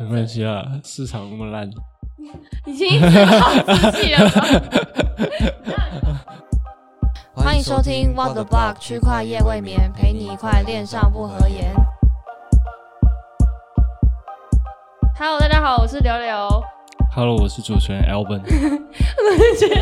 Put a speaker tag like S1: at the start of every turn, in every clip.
S1: 没关系啦，市场那么烂。
S2: 已经一直靠自己了吗。
S3: 欢迎收听 What the Block 区块夜未眠，陪你一块恋上不合言。
S2: Hello，大家好，我是刘刘。
S1: Hello，我是主持人 Alvin。
S2: 我觉得今天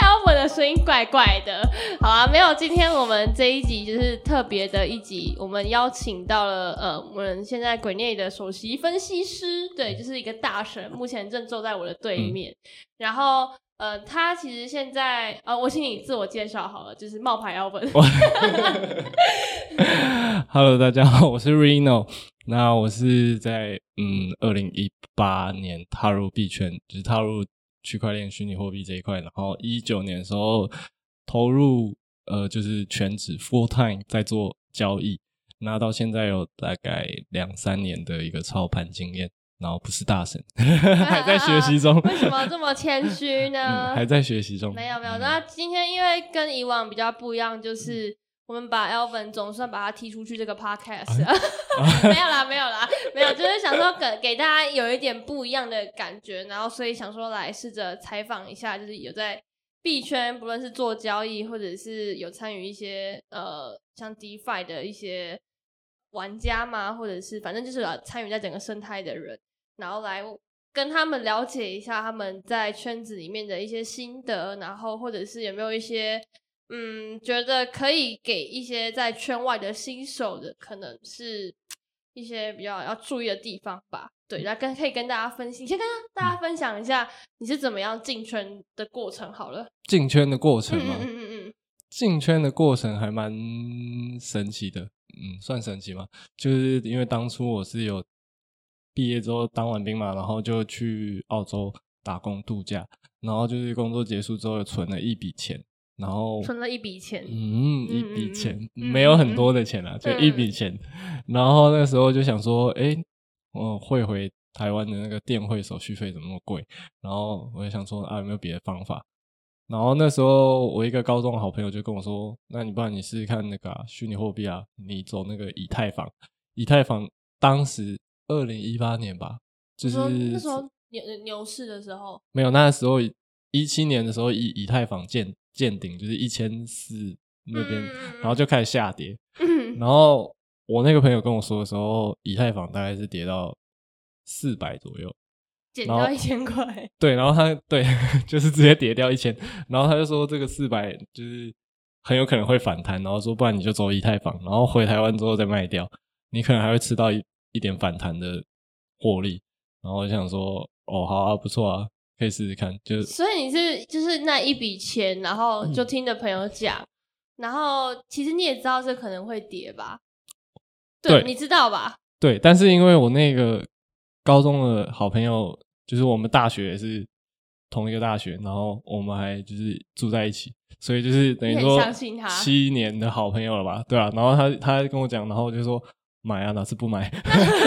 S2: Alvin 的声音怪怪的。好啊，没有，今天我们这一集就是特别的一集，我们邀请到了呃，我们现在鬼内的首席分析师，对，就是一个大神，目前正坐在我的对面。然后呃，他其实现在呃，我请你自我介绍好了，就是冒牌 Alvin。
S1: 嗯 Hello，大家好，我是 Reno。那我是在嗯，二零一八年踏入币圈，就是踏入区块链、虚拟货币这一块，然后一九年的时候投入呃，就是全职 full time 在做交易，那到现在有大概两三年的一个操盘经验，然后不是大神， 还在学习中。
S2: 啊为什么这么谦虚呢？
S1: 嗯还在学习中。
S2: 没有没有，
S1: 嗯
S2: 那今天因为跟以往比较不一样，就是我们把 Elvin 总算把他踢出去这个 podcast，、没有啦没有啦没有，就是想说给给大家有一点不一样的感觉，然后所以想说来试着采访一下，就是有在币圈，不论是做交易或者是有参与一些呃像 DeFi 的一些玩家嘛，或者是反正就是有参与在整个生态的人，然后来跟他们了解一下他们在圈子里面的一些心得，然后或者是有没有一些嗯，觉得可以给一些在圈外的新手的，可能是一些比较要注意的地方吧。
S1: 嗯
S2: 对，来跟可以跟大家分析，你先跟大家分享一下你是怎么样进圈的过程好了。
S1: 进圈的过程
S2: 嗯
S1: 嘛
S2: 嗯，嗯嗯嗯，
S1: 进圈的过程还蛮神奇的，嗯，算神奇吗？就是因为当初我是有毕业之后当完兵嘛，然后就去澳洲打工度假，然后就是工作结束之后有存了一笔钱，然后
S2: 存了一笔钱，
S1: 哦嗯，一
S2: 嗯
S1: 笔
S2: 嗯
S1: 钱、
S2: 嗯
S1: 没有很多的钱啊，就一笔钱。然后那时候就想说，诶，我汇回台湾的那个电汇手续费怎么那么贵？然后我就想说啊，有没有别的方法？然后那时候我一个高中的好朋友就跟我说，那你不然你试试看那个啊虚拟货币啊，你走那个以太坊。以太坊当时二零一八年吧，就
S2: 你
S1: 是
S2: 说那时候牛牛市的时候，
S1: 没有，那时候一七年的时候以以太坊见见顶，就是一千四那边，
S2: 嗯嗯嗯嗯
S1: 然后就开始下跌。
S2: 嗯
S1: 然后我那个朋友跟我说的时候，以太坊大概是跌到四百左右，
S2: 减
S1: 然后
S2: 掉一千块，
S1: 对，然后他对 就是直接跌掉一千，然后他就说这个四百就是很有可能会反弹，然后说不然你就走以太坊，然后回台湾之后再卖掉，你可能还会吃到一一点反弹的获利。然后我就想说，哦，好啊，不错啊，可以试试看，就是
S2: 所以你是就是那一笔钱，然后就听着朋友讲，
S1: 嗯
S2: 然后其实你也知道这可能会跌吧？
S1: 对
S2: 你知道吧？
S1: 对，但是因为我那个高中的好朋友，就是我们大学也是同一个大学，然后我们还就是住在一起，所以就是等于
S2: 你很
S1: 说
S2: 相信他
S1: 七年的好朋友了吧？对啊，然后他他跟我讲，然后我就说买啊，哪次不买？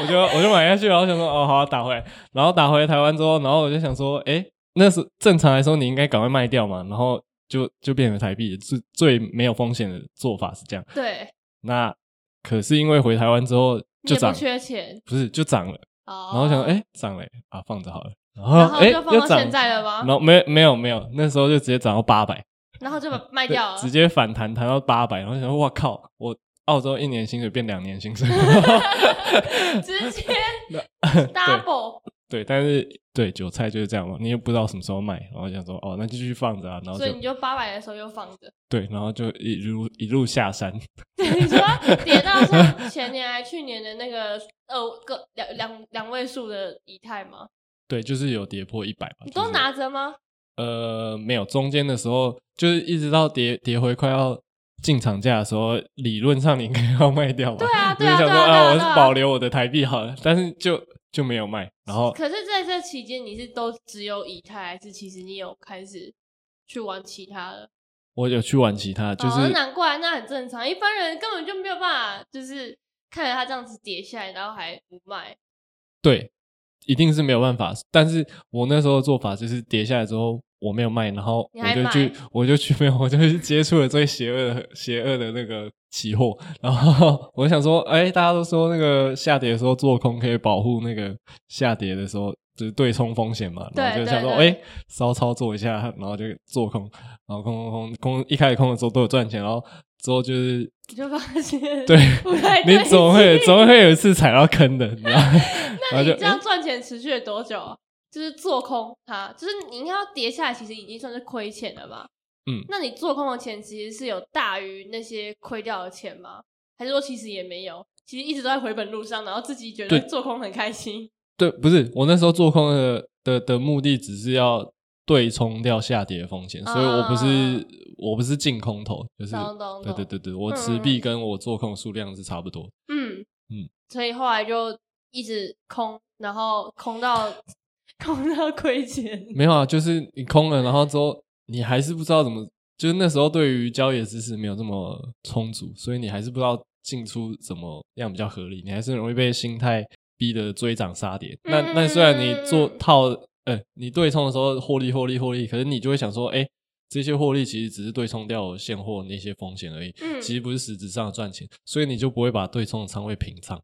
S1: 我就我就买下去，然后想说哦好啊、打回来，然后打回台湾之后，然后我就想说，哎，那是正常来说你应该赶快卖掉嘛，然后就就变成台币，最最没有风险的做法是这样。
S2: 对，
S1: 那可是因为回台湾之后
S2: 你
S1: 就
S2: 也不
S1: 涨，
S2: 缺钱
S1: 不是就涨了，
S2: 哦。
S1: 然后想哎、诶涨了、啊放着好了，然后
S2: 然后
S1: 哎、诶
S2: 就放
S1: 又
S2: 到
S1: 涨
S2: 现在了吗
S1: 然后没没有没有，那时候就直接涨到八百，
S2: 然后就把卖
S1: 对
S2: 掉了，
S1: 直接反弹弹到八百，然后想说哇靠，我澳洲一年薪水变两年薪水，
S2: 直 接
S1: 那
S2: double，
S1: 对，但是对韭菜就是这样嘛，你又不知道什么时候卖，然后想说哦那就继续放着啊，然后
S2: 所以你
S1: 就
S2: 就八百的时候又放着。
S1: 对，然后就一路一路下山，
S2: 对，你说跌到像前年还去年的那个二个两两两位数的以太吗？
S1: 对，就是有跌破一百吧，
S2: 你
S1: 啊就
S2: 都
S1: 是
S2: 拿着吗？
S1: 呃，没有，中间的时候就是一直到跌跌回快要进场价的时候，理论上你应该要卖掉嘛。
S2: 对啊
S1: 就
S2: 对啊
S1: 是想
S2: 对
S1: 说
S2: 啊对啊
S1: 我是
S2: 对啊
S1: 保留我的台币好了，但是就就没有卖。然后
S2: 可是在这期间，你是都只有以太，还是其实你有开始去玩其他的？
S1: 我有去玩其他，就是、
S2: 哦、那难怪，那很正常，一般人根本就没有办法，就是看着它这样子跌下来，然后还不卖。
S1: 对，一定是没有办法。但是我那时候的做法就是跌下来之后我没有卖，然后
S2: 你
S1: 我
S2: 还
S1: 就去我就去没有我就去接触了最邪恶的邪恶的那个期货，然后 我想说，哎、大家都说那个下跌的时候做空可以保护那个下跌的时候。就是对冲风险嘛，然后
S2: 对
S1: 就想说，
S2: 对
S1: 哎、
S2: 对
S1: 稍操作一下，然后就做空，然后空空空空，一开始空的时候都有赚钱，然后之后就是
S2: 你就发现
S1: 对，
S2: 不太
S1: 你
S2: 对
S1: 总会
S2: 劲
S1: 总会有一次踩到坑的，你知道吗？然
S2: 那
S1: 后
S2: 你
S1: 就
S2: 这样赚钱持续了多久啊？就是做空它，就是你应该要跌下来，其实已经算是亏钱了吧？
S1: 嗯
S2: 那你做空的钱其实是有大于那些亏掉的钱吗？还是说其实也没有？其实一直都在回本路上，然后自己觉得
S1: 对
S2: 做空很开心。
S1: 对，不是我那时候做空的的的目的，只是要对冲掉下跌的风险，所以我不
S2: 啊
S1: 是我不是进空头，就是
S2: 懂懂
S1: 对对
S2: 懂
S1: 对对，我
S2: 嗯
S1: 持
S2: 嗯
S1: 币跟我做空数量是差不多。
S2: 嗯
S1: 嗯，
S2: 所以后来就一直空，然后空 到空到亏钱。
S1: 没有啊，就是你空了，然后之后你还是不知道怎么，就是那时候对于交易的知识没有这么充足，所以你还是不知道进出怎么样比较合理，你还是很容易被心态逼得追涨杀跌。那那虽然你做
S2: 嗯
S1: 套，呃，你对冲的时候获利获利获利，可是你就会想说，哎、这些获利其实只是对冲掉我现货那些风险而已，
S2: 嗯
S1: 其实不是实质上的赚钱，所以你就不会把对冲的仓位平仓。
S2: 嗯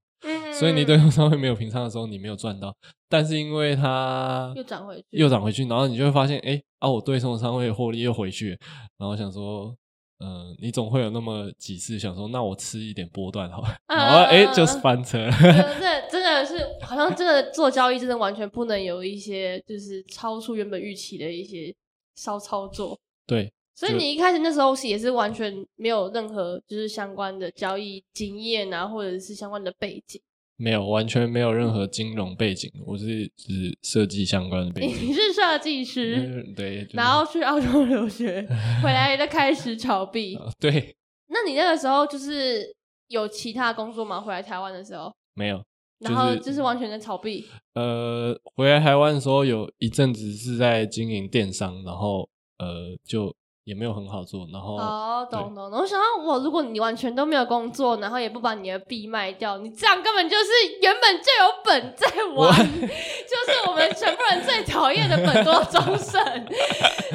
S1: 所以你对冲仓位没有平仓的时候，你没有赚到，但是因为它
S2: 又涨回去
S1: 又涨回去，然后你就会发现，哎、啊，我对冲的仓位获利又回去了，然后想说，嗯、你总会有那么几次想说，那我吃一点波段好了，
S2: 啊
S1: 然后哎、就是翻车了，
S2: 真的真的是，好像真的做交易真的完全不能有一些就是超出原本预期的一些骚操作。
S1: 对，
S2: 所以
S1: 就
S2: 你一开始那时候是也是完全没有任何就是相关的交易经验啊，或者是相关的背景。
S1: 没有，完全没有任何金融背景，我是只设计相关的背 景，
S2: 你是设计师，
S1: 嗯对，就是
S2: 然后去澳洲留学，回来再开始炒 币。
S1: 呃对，
S2: 那你那个时候就是有其他工作吗？回来台湾的时候，
S1: 没有，
S2: 然后就是完全在炒币。
S1: 呃，回来台湾的时候有一阵子是在经营电商，然后呃就也没有很好做，然后
S2: 哦，
S1: 对
S2: 懂懂懂。我想到我，如果你完全都没有工作，然后也不把你的币卖掉，你这样根本就是原本就有本在玩， 就是我们全部人最讨厌的本多终身。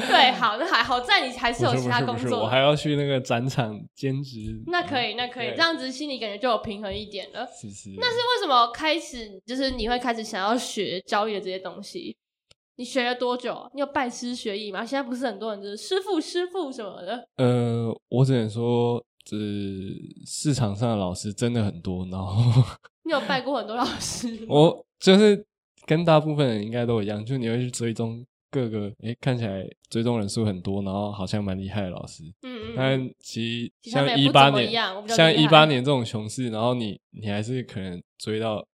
S2: 对，好，那还好在你还是
S1: 不
S2: 有
S1: 是
S2: 其
S1: 不
S2: 他
S1: 是
S2: 工
S1: 不是，
S2: 作
S1: 我还要去那个展场兼职。
S2: 那可以，那可以，
S1: 对
S2: 这样子心里感觉就有平衡一点了。
S1: 是是，
S2: 那是为什么开始就是你会开始想要学交易的这些东西？你学了多久啊？你有拜师学艺吗？现在不是很多人就是师傅师傅什么的，
S1: 呃，我只能说，这、市场上的老师真的很多，然后
S2: 你有拜过很多老师吗？
S1: 我就是跟大部分人应该都一样，就你会去追踪各个，诶，看起来追踪人数很多，然后好像蛮厉害的老师，
S2: 嗯嗯嗯。
S1: 但其
S2: 其
S1: 实
S2: 实他
S1: 像
S2: 们也
S1: 一
S2: 不怎
S1: 八
S2: 么
S1: 年
S2: 样我比，较
S1: 像
S2: 厉
S1: 一
S2: 害
S1: 八年这种熊市，然后你你还是可能追到，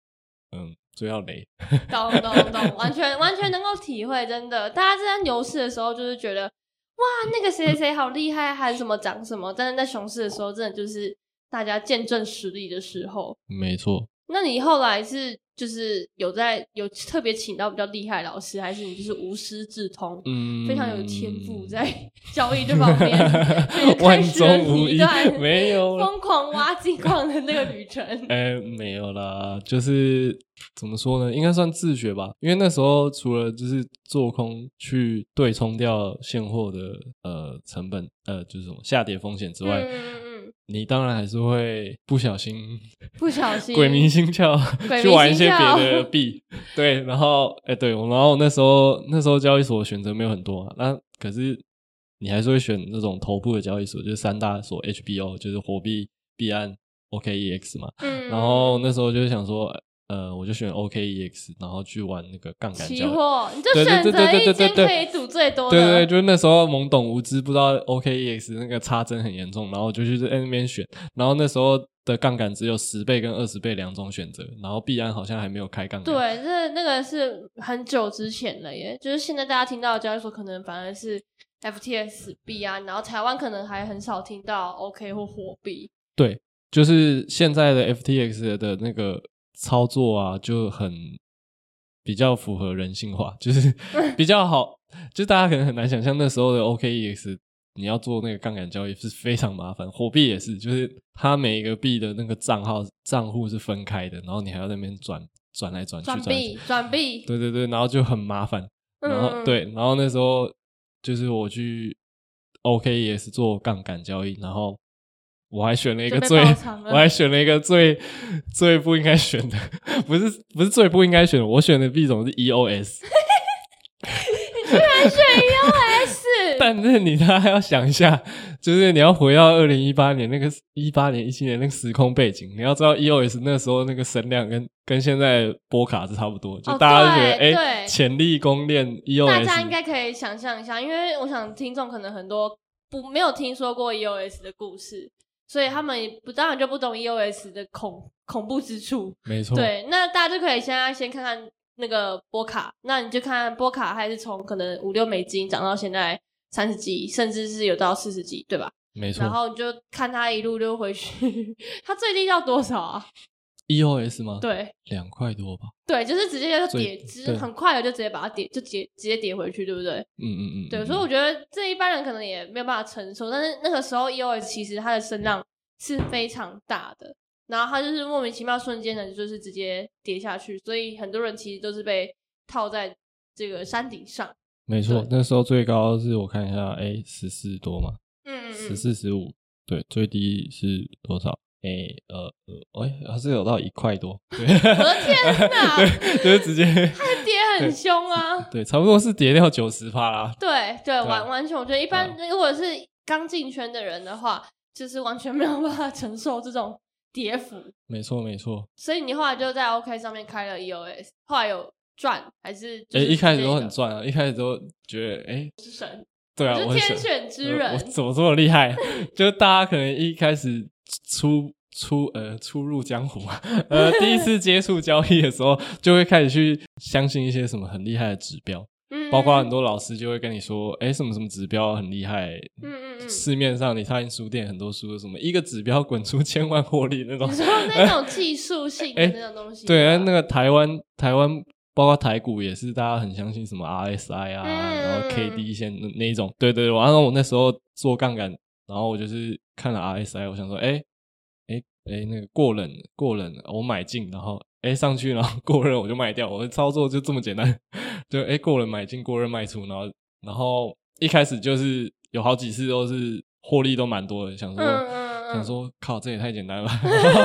S1: 嗯，追到雷，
S2: 懂懂懂，完全 完全能够体会，真的。大家在牛市的时候，就是觉得哇，那个谁谁谁好厉害，喊什么涨什么。但是在熊市的时候，真的就是大家见证实力的时候。
S1: 没错，
S2: 那你后来是就是有在有特别请到比较厉害的老师，还是你就是无师自通，
S1: 嗯，
S2: 非常有天赋在交 易这方面，就是开
S1: 万
S2: 始了
S1: 中无
S2: 你一
S1: 一
S2: 段，
S1: 没有啦
S2: 疯狂挖金矿的那个旅 程。
S1: 哎，没有啦，就是怎么说呢，应该算自学吧。因为那时候除了就是做空去对冲掉现货的呃成本，呃就是什么下跌风险之外，
S2: 嗯嗯嗯嗯，
S1: 你当然还是会不小心
S2: 不小心
S1: 鬼迷心窍
S2: 鬼迷
S1: 去玩一
S2: 心
S1: 些
S2: 窍
S1: 别的币。对，然后哎对，我然后那时候那时候交易所选择没有很多啊，那可是你还是会选那种头部的交易所，就是三大所 HBO，就是火币、币安、OKEX 嘛。
S2: 嗯，
S1: 然后那时候就想说，呃，我就选 OKEX，然后去玩那个杠杆
S2: 期
S1: 交易。
S2: 货，你就
S1: 对
S2: 选
S1: 对对
S2: 择
S1: 对
S2: 一
S1: 对对
S2: 间
S1: 对
S2: 可以赌最多的。
S1: 对对对，就是那时候懵懂无知，不知道 OKEX 那个差真很严重，然后我就去在那边选。然后那时候的杠杆只有十倍跟二十倍两种选择，然后币安好像还没有开杠杆。
S2: 对这那个是很久之前了耶，就是现在大家听到的交易所可能反而是 FTS 币啊，然后台湾可能还很少听到 OK 或货币。
S1: 对，就是现在的 FTX 的那个操作啊，就很比较符合人性化，就是 比较好。就大家可能很难想象那时候的 OKEX，你要做那个杠杆交易是非常麻烦，火币也是，就是它每一个币的那个账号账户是分开的，然后你还要在那边转转来嗯转去，
S2: 转
S1: 来转
S2: 币转币，
S1: 对对对，然后就很麻烦。然后、
S2: 嗯，
S1: 对，然后那时候就是我去 OKES 做杠杆交易，然后我还选了一个
S2: 就被
S1: 最
S2: 爆仓，了
S1: 我还选了一个最最不应该选的，不是不是最不应该选的，我选的币种是 E EOS，
S2: 是
S1: 但是你他还要想一下，就是你要回到二零一八年那个一八年一七年那个时空背景，你要知道 EOS 那时候那个声量跟跟现在波卡是差不多，就
S2: 哦
S1: 大家觉得
S2: 对
S1: 哎、
S2: 对
S1: 潜力，E 公链 EOS，
S2: 大家应该可以想象一下，因为我想听众可能很多不没有听说过 EOS 的故事，所以他们也不当然就不懂 EOS 的恐恐怖之处。
S1: 没错，
S2: 对，那大家就可以现在先看看那个波卡，那你就看波卡还是从可能五六美金涨到现在三十几，甚至是有到四十几，对吧？
S1: 没错
S2: 然。后你就看它一路溜回去，它最低到多少啊？
S1: EOS ，E 吗？，
S2: 对
S1: 两块多吧。
S2: 对，就是直接就
S1: 最
S2: 跌，直接
S1: 对
S2: 很快的就直接把它跌，就直接直接跌回去，对不对？
S1: 嗯嗯嗯，
S2: 对，
S1: 嗯
S2: 所以我觉得这一般人可能也没有办法承受，但是那个时候 EOS 其实它的声浪是非常大的，然后它就是莫名其妙瞬间的，就是直接跌下去，所以很多人其实都是被套在这个山顶上。
S1: 没错
S2: 对，
S1: 那时候最高是我看一下，哎，十四多嘛，
S2: 嗯嗯
S1: 十四十五，对，最低是多少？哎，呃呃，哎，还是有到一块多，对，
S2: 嗯，我的天哪，
S1: 对，就是直接，
S2: 跌很凶啊！
S1: 对，差不多是跌掉九十趴啦。
S2: 对对，
S1: 啊
S2: 完完全，我觉得一般如果是刚进圈的人的话，就是完全没有办法承受这种跌幅，
S1: 没错没错，
S2: 所以你后来就在 OK 上面开了 EOS，后来有赚还是就
S1: 哎，
S2: 是
S1: 一开始都
S2: 这
S1: 很
S2: 个
S1: 赚啊，一开始都觉得，哎，
S2: 是神，
S1: 对啊，
S2: 我
S1: 我
S2: 是
S1: 是
S2: 天
S1: 神
S2: 选之
S1: 呃
S2: 人
S1: 我。怎么这么厉害？ 就大家可能一开始出出呃初入江湖， 呃第一次接触交易的时候，就会开始去相信一些什么很厉害的指标，
S2: 嗯
S1: 包括很
S2: 多，
S1: 多老师就会跟你说，哎、什么什么指标很厉害。
S2: 嗯嗯嗯，
S1: 市面上你看书店很多书，什么一个指标滚出千万获利那
S2: 嗯
S1: 种
S2: 你，说那种技术性的
S1: 哎
S2: 那种东西吧，
S1: 对啊，那个台湾台湾包括台股也是，大家很相信什么 RSI 啊，
S2: 嗯
S1: 然后 KD 线那那一种，对对对。然后我那时候做杠杆，然后我就是看了 RSI，我想说，哎哎哎，那个过冷了过冷了，我买进，然后哎上去，然后 过热我就卖掉，我的操作就这么简单， 就哎过冷买进，过热卖出，然后然后一开始就是有好几次都是获利都蛮多的，想说。
S2: 嗯嗯
S1: 想
S2: 嗯，
S1: 说靠，这也太 简单了吧，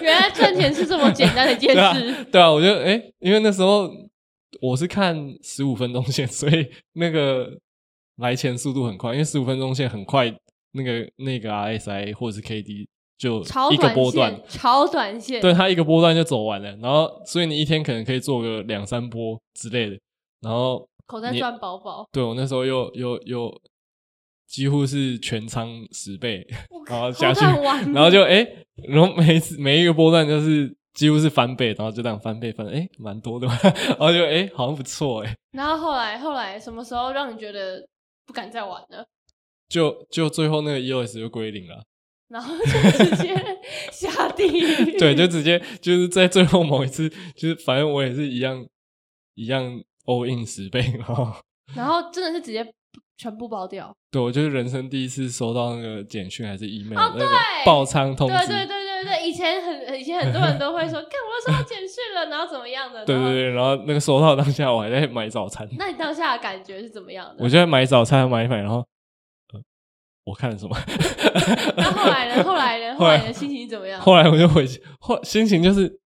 S2: 原来赚钱是这么简单的一件
S1: 对啊
S2: 事，，
S1: 对啊，我觉得哎、诶因为那时候我是看十五分钟线， 所以那个来钱速度很快，因为十五分钟线很快，那个那个 RSI 或者是 KD 就
S2: 超
S1: 一个
S2: 短
S1: 波段
S2: 线，，超短线，
S1: 对，它一个波段就走完了，然后所以你一天可能可以做个两三波之类的，然后
S2: 口袋
S1: 你
S2: 赚饱饱，
S1: 对我那时候又又又几乎是全仓十倍，然后下
S2: 口
S1: 去，
S2: 袋完，
S1: 然后就哎、诶然后每一次每一个波段就是几乎是翻倍，然后就这样翻倍翻，哎、蛮多的嘛， 然后就哎、诶好像不错哎、诶
S2: 然后后来后来什么时候让你觉得不敢再玩了？
S1: 就就最后那个 EOS 就归零了，
S2: 然后就直接 下地狱，
S1: 对，就直接就是在最后某一次，就是反正我也是一样一样 all in 十倍，然后
S2: 然后真的是直接全部爆掉，
S1: 对我就是人生第一次收到那个简讯还是 email、
S2: 哦
S1: 那个
S2: 对
S1: 爆仓通知，
S2: 对对对对对，以前很以前很多人都会说，看我又收到简讯了，然后怎么样的？
S1: 对
S2: 然后
S1: 对对，然后那个收到当下我还在买早餐，
S2: 那你当下的感觉是怎么样的？
S1: 我就在买早餐买一买，然后、呃、我看了什么？
S2: 那后来呢？后来呢？后
S1: 后来
S2: 来你的心情是怎么样？
S1: 后来我就回去，后心情就是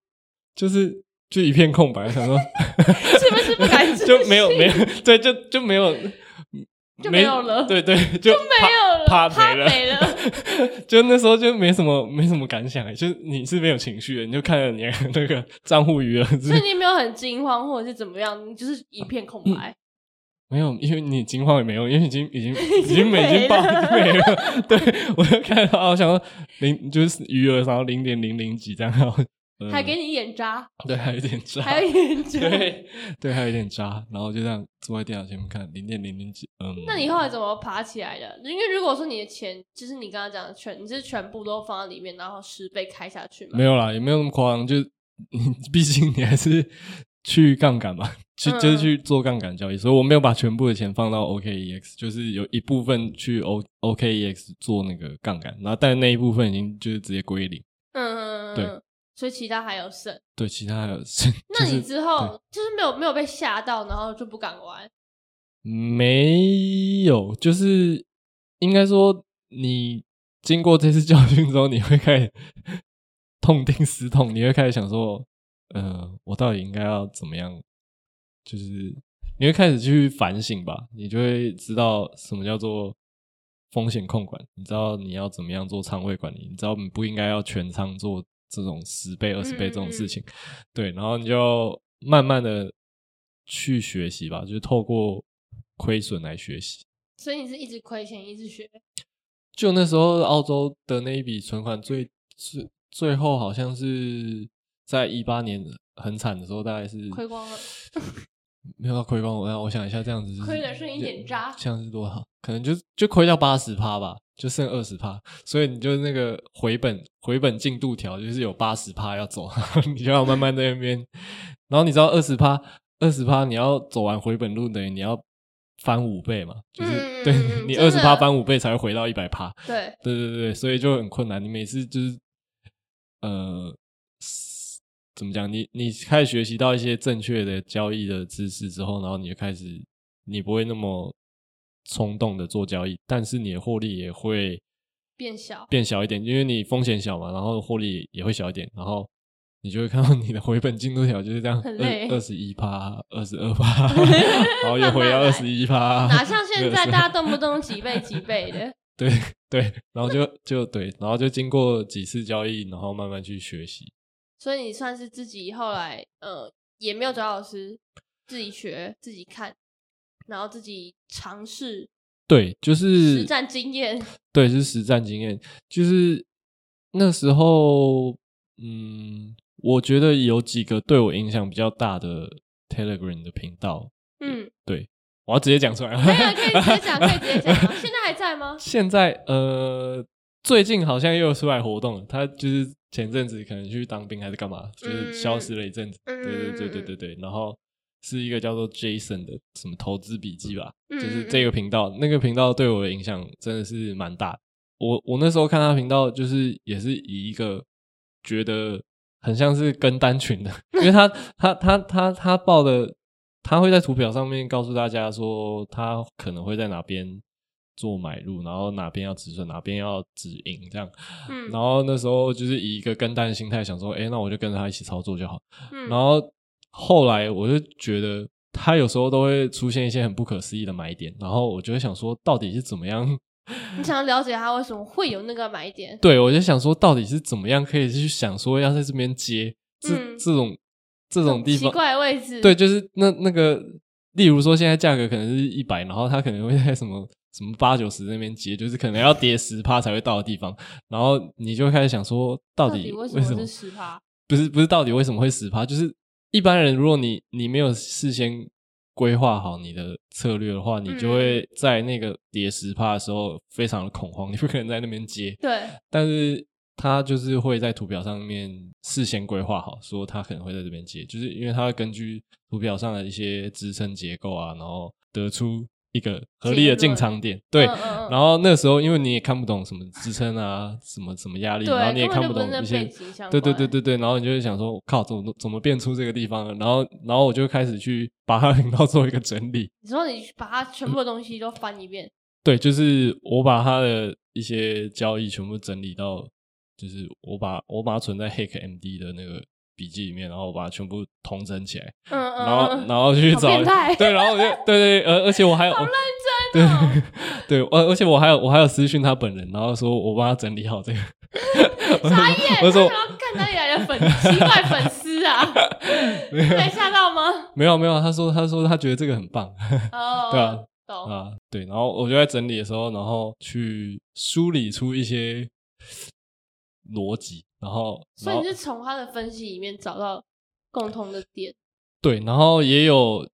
S1: 就是就一片空白，想说
S2: 是不是不敢置
S1: 就没有
S2: 信
S1: 没有对，就就没有
S2: 就没有了
S1: 对对，就
S2: 没有了，
S1: 趴
S2: 趴
S1: 趴
S2: 没
S1: 没
S2: 了
S1: 了， 就那时候就没什么没什么感想，欸就是你是没有情绪的，你就看着你的那个账户余额
S2: 所以
S1: 是
S2: 你没有很惊慌或者是怎么样，你就是一片空白。
S1: 没有，因为你惊慌也没用，因为已经 已经已
S2: 经
S1: 经没已
S2: 没
S1: 经爆已
S2: 了
S1: 经没了， 对我就看到哦我想说零就是余额，然后零点零零几这样，然后、嗯
S2: 还给你眼 渣，
S1: 对，还有一点渣，
S2: 还有眼渣。
S1: 对对，还有点渣，然后就这样坐在电脑前面看零点零零几，嗯，
S2: 那你后来怎么爬起来的？因为如果说你的钱，就是你刚刚讲的全，你是全部都放在里面，然后十倍开下去嘛？
S1: 没有啦，也没有那么夸张，就 你毕竟你还是去杠杆嘛， 去就是
S2: 嗯
S1: 去做杠杆交易，所以我没有把全部的钱放到 OKEX，就是有一部分去 O E OKEX 做那个杠杆，然后但那一部分已经就是直接归零，
S2: 嗯，嗯嗯嗯
S1: 对
S2: 嗯所以其他还有剩。
S1: 对，其他还有剩。
S2: 那
S1: 就是
S2: 你之后就是没有没有被吓到，然后就不敢玩。
S1: 没有，就是应该说，你经过这次教训之后，你会开始痛定思痛，你会开始想说，呃，我到底应该要怎么样？就是你会开始去反省吧，你就会知道什么叫做风险控管，你知道你要怎么样做仓位管理，你知道你不应该要全仓做这种十倍、二十倍这种事情。对，然后你就慢慢的去学习吧，就是透过亏损来学习。
S2: 所以你是一直亏钱，一直学。
S1: 就那时候澳洲的那一笔存款最最最后好像是在一八年很惨的时候，大概是
S2: 亏光了，
S1: 没有到亏光。我让我想一下，这样子就是
S2: 亏得剩一点渣
S1: 像是多少？可能就就亏掉八十趴吧，就剩二十趴，所以你就那个回本回本进度条就是有八十趴要走，你就要慢慢在那边。然后你知道二十趴，二十趴你要走完回本路，等于你要翻五倍嘛，就是、
S2: 嗯嗯
S1: 对
S2: 嗯
S1: 你
S2: 真
S1: 二十
S2: 的
S1: 趴翻五倍才会回到一百趴。
S2: 对，
S1: 对对对，所以就很困难。你每次就是呃，怎么讲？你你开始学习到一些正确的交易的知识之后，然后你就开始，你不会那么冲动的做交易，但是你的获利也会
S2: 变 小
S1: 变小一点，因为你风险小嘛，然后获利也会小一点，然后。你就会看到你的回本进度条就是这样，
S2: 很累
S1: 二十一趴、二十二趴，然后又回
S2: 慢慢
S1: 到
S2: 来
S1: 二十一趴，
S2: 哪像现在
S1: 22
S2: 大家动不动几倍几倍 的。
S1: 对 对，然后就就对，然后就经过几次交易，然后慢慢去学习。
S2: 所以你算是自己后来呃也没有找老师，自己学自己看，然后自己尝试
S1: 对，就是
S2: 实战经验。
S1: 对，是实战经验。就是那时候，嗯，我觉得有几个对我影响比较大的 Telegram 的频道，
S2: 嗯，
S1: 我要直接讲出来。
S2: 可以啊，可以直接讲，可以直 接讲啊。现在还在吗？
S1: 现在呃，最近好像又有出来活动了。他就是前阵子可能去当兵还是干嘛，就是消失了一阵子。
S2: 嗯
S1: 对对对对对对。然后是一个叫做 Jason 的什么投资笔记吧，
S2: 嗯
S1: 就是这个频道，那个频道对我的影响真的是蛮大的。我我那时候看他频道，就是也是以一个觉得很像是跟单群的， 因为他他他他他报的，他会在图表上面告诉大家说他可能会在哪边做买入，然后哪边要止损，哪边要止盈这样。
S2: 嗯
S1: 然后那时候就是以一个跟单的心态想说，哎，那我就跟着他一起操作就好。
S2: 嗯
S1: 然后后来我就觉得他有时候都会出现一些很不可思议的买点，然后我就会想说，到底是怎么样？
S2: 你想要了解他为什么会有那个买点？
S1: 对我就想说，到底是怎么样可以去想说要在这边接这、
S2: 嗯
S1: 这种这种地
S2: 奇
S1: 方？
S2: 怪的位置，
S1: 对，，就是那那个，例如说现在价格可能是一百，然后它可能会在什么什么八九十那边接，就是可能要跌十趴才会到的地方，然后你就开始想说，到
S2: 到
S1: 底
S2: 底为
S1: 为什
S2: 什么
S1: 么
S2: 是十趴？
S1: 不是不是到底为什么会十趴？就是一般人，如果你你没有事先规划好你的策略的话，你就
S2: 嗯
S1: 会在那个跌十趴的时候非常的恐慌，你不可能在那边接。
S2: 对，
S1: 但是他就是会在图表上面事先规划好，说他可能会在这边接，就是因为他会根据图表上的一些支撑结构啊，然后得出一个合理的进场点。对，
S2: 嗯嗯嗯
S1: 然后那时候因为你也看不懂什么支撑啊， 什么什么压力，
S2: 对
S1: 然后你也
S2: 根
S1: 看
S2: 本就
S1: 懂
S2: 不是
S1: 一
S2: 背
S1: 些
S2: 景相，
S1: 对对对
S2: 关
S1: 对对，然后你就会想说，靠，怎么怎么变出这个地方了？然后然后我就开始去把它的频道做一个整理，
S2: 你说你把它全部的东西都翻一遍，
S1: 对，就是我把它的一些交易全部整理到，就是我把我把它存在 Hack MD 的那个笔记里面，然后我把它全部统整起来，
S2: 嗯嗯，
S1: 然后
S2: 嗯
S1: 然后去
S2: 好
S1: 找
S2: 变态，
S1: 对，然后我就对对，而而且我还有
S2: 真的哦
S1: 对， 而而且我还有我还有私讯他本人，然后说我帮他整理好这个，
S2: 傻眼，
S1: 我说
S2: 为什么要看哪里来的粉奇怪粉丝 啊？被吓到吗？
S1: 没有没有，他说他说他觉得这个很棒，
S2: 哦，
S1: 对啊，
S2: 懂，
S1: 啊，对，然后我就在整理的时候，然后去梳理出一些逻辑，然后
S2: 所
S1: 然
S2: 以
S1: 后
S2: 你是从他的分析里面找到共同的点，
S1: 对，然后也有，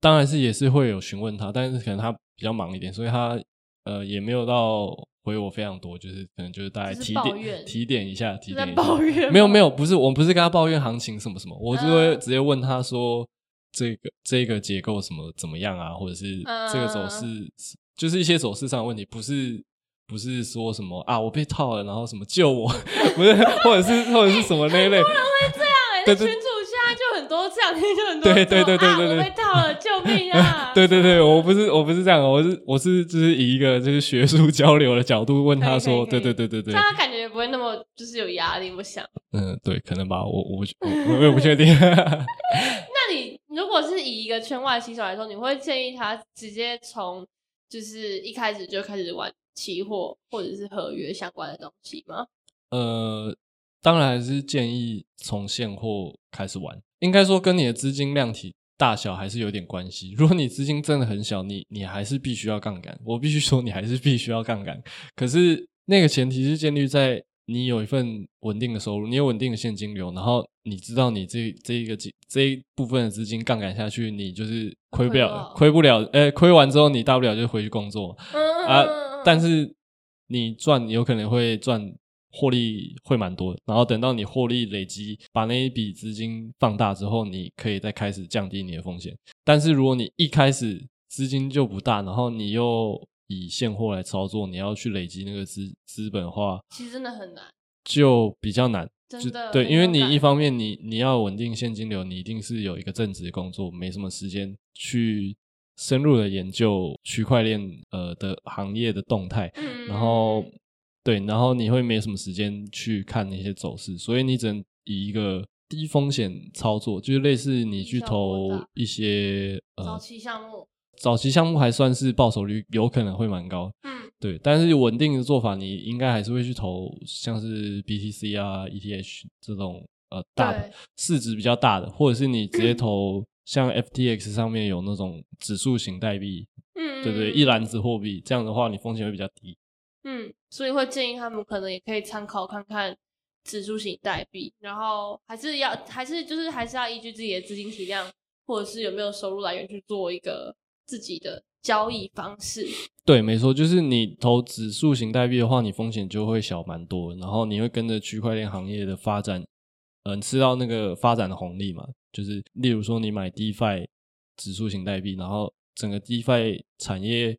S1: 当然是也是会有询问他，但是可能他比较忙一点，所以他呃也没有到回我非常多，就是可能就是大概
S2: 就是
S1: 提
S2: 抱
S1: 点
S2: 怨
S1: 提点一下，提
S2: 就在
S1: 点一下，
S2: 抱怨吗，
S1: 没 有没有，不是，我们不是跟他抱怨行情什么什么，我就会
S2: 嗯
S1: 直接问他说这个这个结
S2: 嗯
S1: 构什么怎么样啊，或者是这个走势是、就是一些走势上的问题，不是不是说什么啊，我被套了，然后什么救我， 不是，或者是或者是什么那一 类，
S2: 哎
S1: 对
S2: 那
S1: 对
S2: 群主现在就很多这样，就很多
S1: 对
S2: 这种
S1: 对对对
S2: 啊
S1: 对对！
S2: 我被套了，救命啊
S1: 对对对，我不是我不是这样，我是我是就是以一个就是学术交流的角度问他说，
S2: 可
S1: 对
S2: 以可
S1: 对
S2: 以
S1: 对对
S2: 这
S1: 对，
S2: 样他感觉也不会那么就是有压力，我想。
S1: 嗯，对，可能吧，我我不我我也不 确定，
S2: 那你如果是以一个圈外新手来说，你会建议他直接从就是一开始就开始玩期货或者是合约相关的东西吗？
S1: 呃，当然还是建议从现货开始玩，应该说跟你的资金量体大小还是有点关系。如果你资金真的很小，你你还是必须要杠杆，我必须说你还是必须要杠杆。可是那个前提是建立在你有一份稳定的收入，你有稳定的现金流，然后你知道你这这一个金这一部分的资金杠杆下去，你就是亏不了，亏
S2: 亏
S1: 不了，呃，亏完之后你大不了就回去工作嘛。
S2: 嗯
S1: 啊
S2: 嗯
S1: 但是你赚有可能会赚获利会蛮多的，然后等到你获利累积，把那一笔资金放大之后，你可以再开始降低你的风险。但是如果你一开始资金就不大，然后你又以现货来操作，你要去累积那个资资本的话，
S2: 嗯其实真的很难，
S1: 就比较难。
S2: 真
S1: 就
S2: 的
S1: 对，
S2: 很
S1: 因为
S2: 有
S1: 你
S2: 感嗯
S1: 一方面你你要稳定现金流，你一定是有一个正职工作，没什么时间去深入的研究区块链呃的行业的动态。
S2: 嗯
S1: 然后对，然后你会没什么时间去看那些走势，所以你只能以一个低风险操作，就是类似你去
S2: 效果
S1: 投
S2: 大
S1: 一些呃
S2: 早期项目，
S1: 早期项目，还算是报酬率有可能会蛮高，
S2: 嗯，
S1: 对。但是稳定的做法，你应该还是会去投像是 BTC 啊、ETH 这种呃大的
S2: 对，嗯
S1: 市值比较大的，或者是你直接投像 FTX 上面有那种指数型代币，
S2: 嗯，
S1: 对不对？
S2: 嗯
S1: 一篮子货币，这样的话你风险会比较低。
S2: 嗯，所以会建议他们可能也可以参考看看指数型代币，然后还是要还是就是还是要依据自己的资金体量或者是有没有收入来源去做一个自己的交易方式。
S1: 对，没错，就是你投指数型代币的话，你风险就会小蛮多，然后你会跟着区块链行业的发展，嗯、吃到那个发展的红利嘛。就是例如说，你买 DeFi 指数型代币，然后整个 DeFi 产业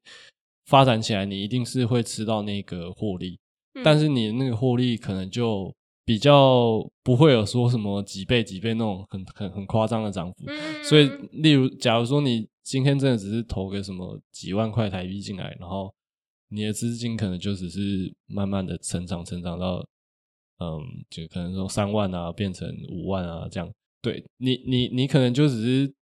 S1: 发展起来，你一定是会吃到那个获利，
S2: 嗯
S1: 但是你那个获利可能就比较不会有说什么几倍几倍那种很很很夸张的涨幅。
S2: 嗯，
S1: 所以，例如，假如说你今天真的只是投个什么几万块台币进来，然后你的资金可能就只是慢慢的成长，成长到，嗯，就可能说三万啊，变成五万啊，这样。对你，你，你可能就只是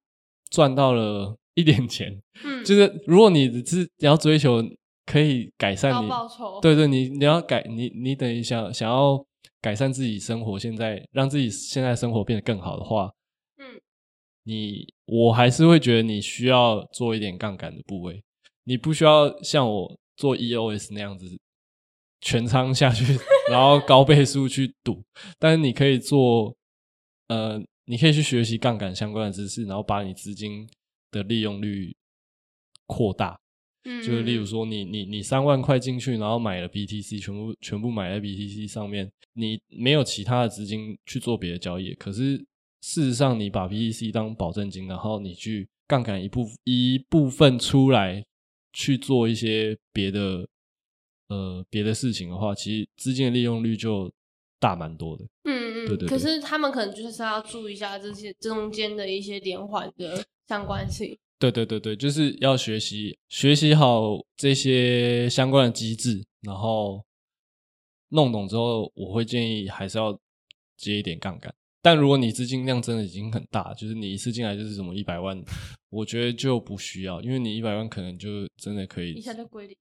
S1: 赚到了一点钱，
S2: 嗯，
S1: 就是如果你只是你要追求可以改善
S2: 高
S1: 你，
S2: 报酬，，
S1: 对对，你你要改，你你等于想想要改善自己生活，现在让自己现在生活变得更好的话，
S2: 嗯，
S1: 你我还是会觉得你需要做一点杠杆的部位，你不需要像我做 EOS 那样子全仓下去，然后高倍数去赌，但是你可以做，呃，你可以去学习杠杆相关的知识，然后把你资金的利用率扩大，
S2: 嗯，
S1: 就是例如说你你你三万块进去，然后买了 BTC，全部全部买在 BTC 上面，你没有其他的资金去做别的交易，可是事实上你把 BTC 当保证金，然后你去杠杆一部一部分出来去做一些别的呃别的事情的话，其实资金的利用率就大蛮多的。
S2: 嗯，嗯嗯，
S1: 对对对
S2: 可是他们可能就是要注意一下这些中间的一些连环的相关性。
S1: 对对对对，就是要学习学习好这些相关的机制，然后弄懂之后，我会建议还是要接一点杠杆。但如果你资金量真的已经很大，就是你一次进来就是什么一百万，我觉得就不需要，因为你一百万可能就真的可以
S2: 一，下就归零，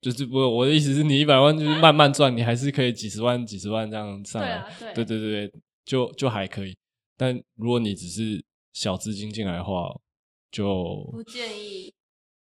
S1: 就是不，我的意思是你一百万就是慢慢赚，你还是可以几十万、几十万这样上
S2: 对
S1: 来。
S2: 啊，对，
S1: 对对对对，就就还可以。但如果你只是小资金进来的话，就
S2: 不建议，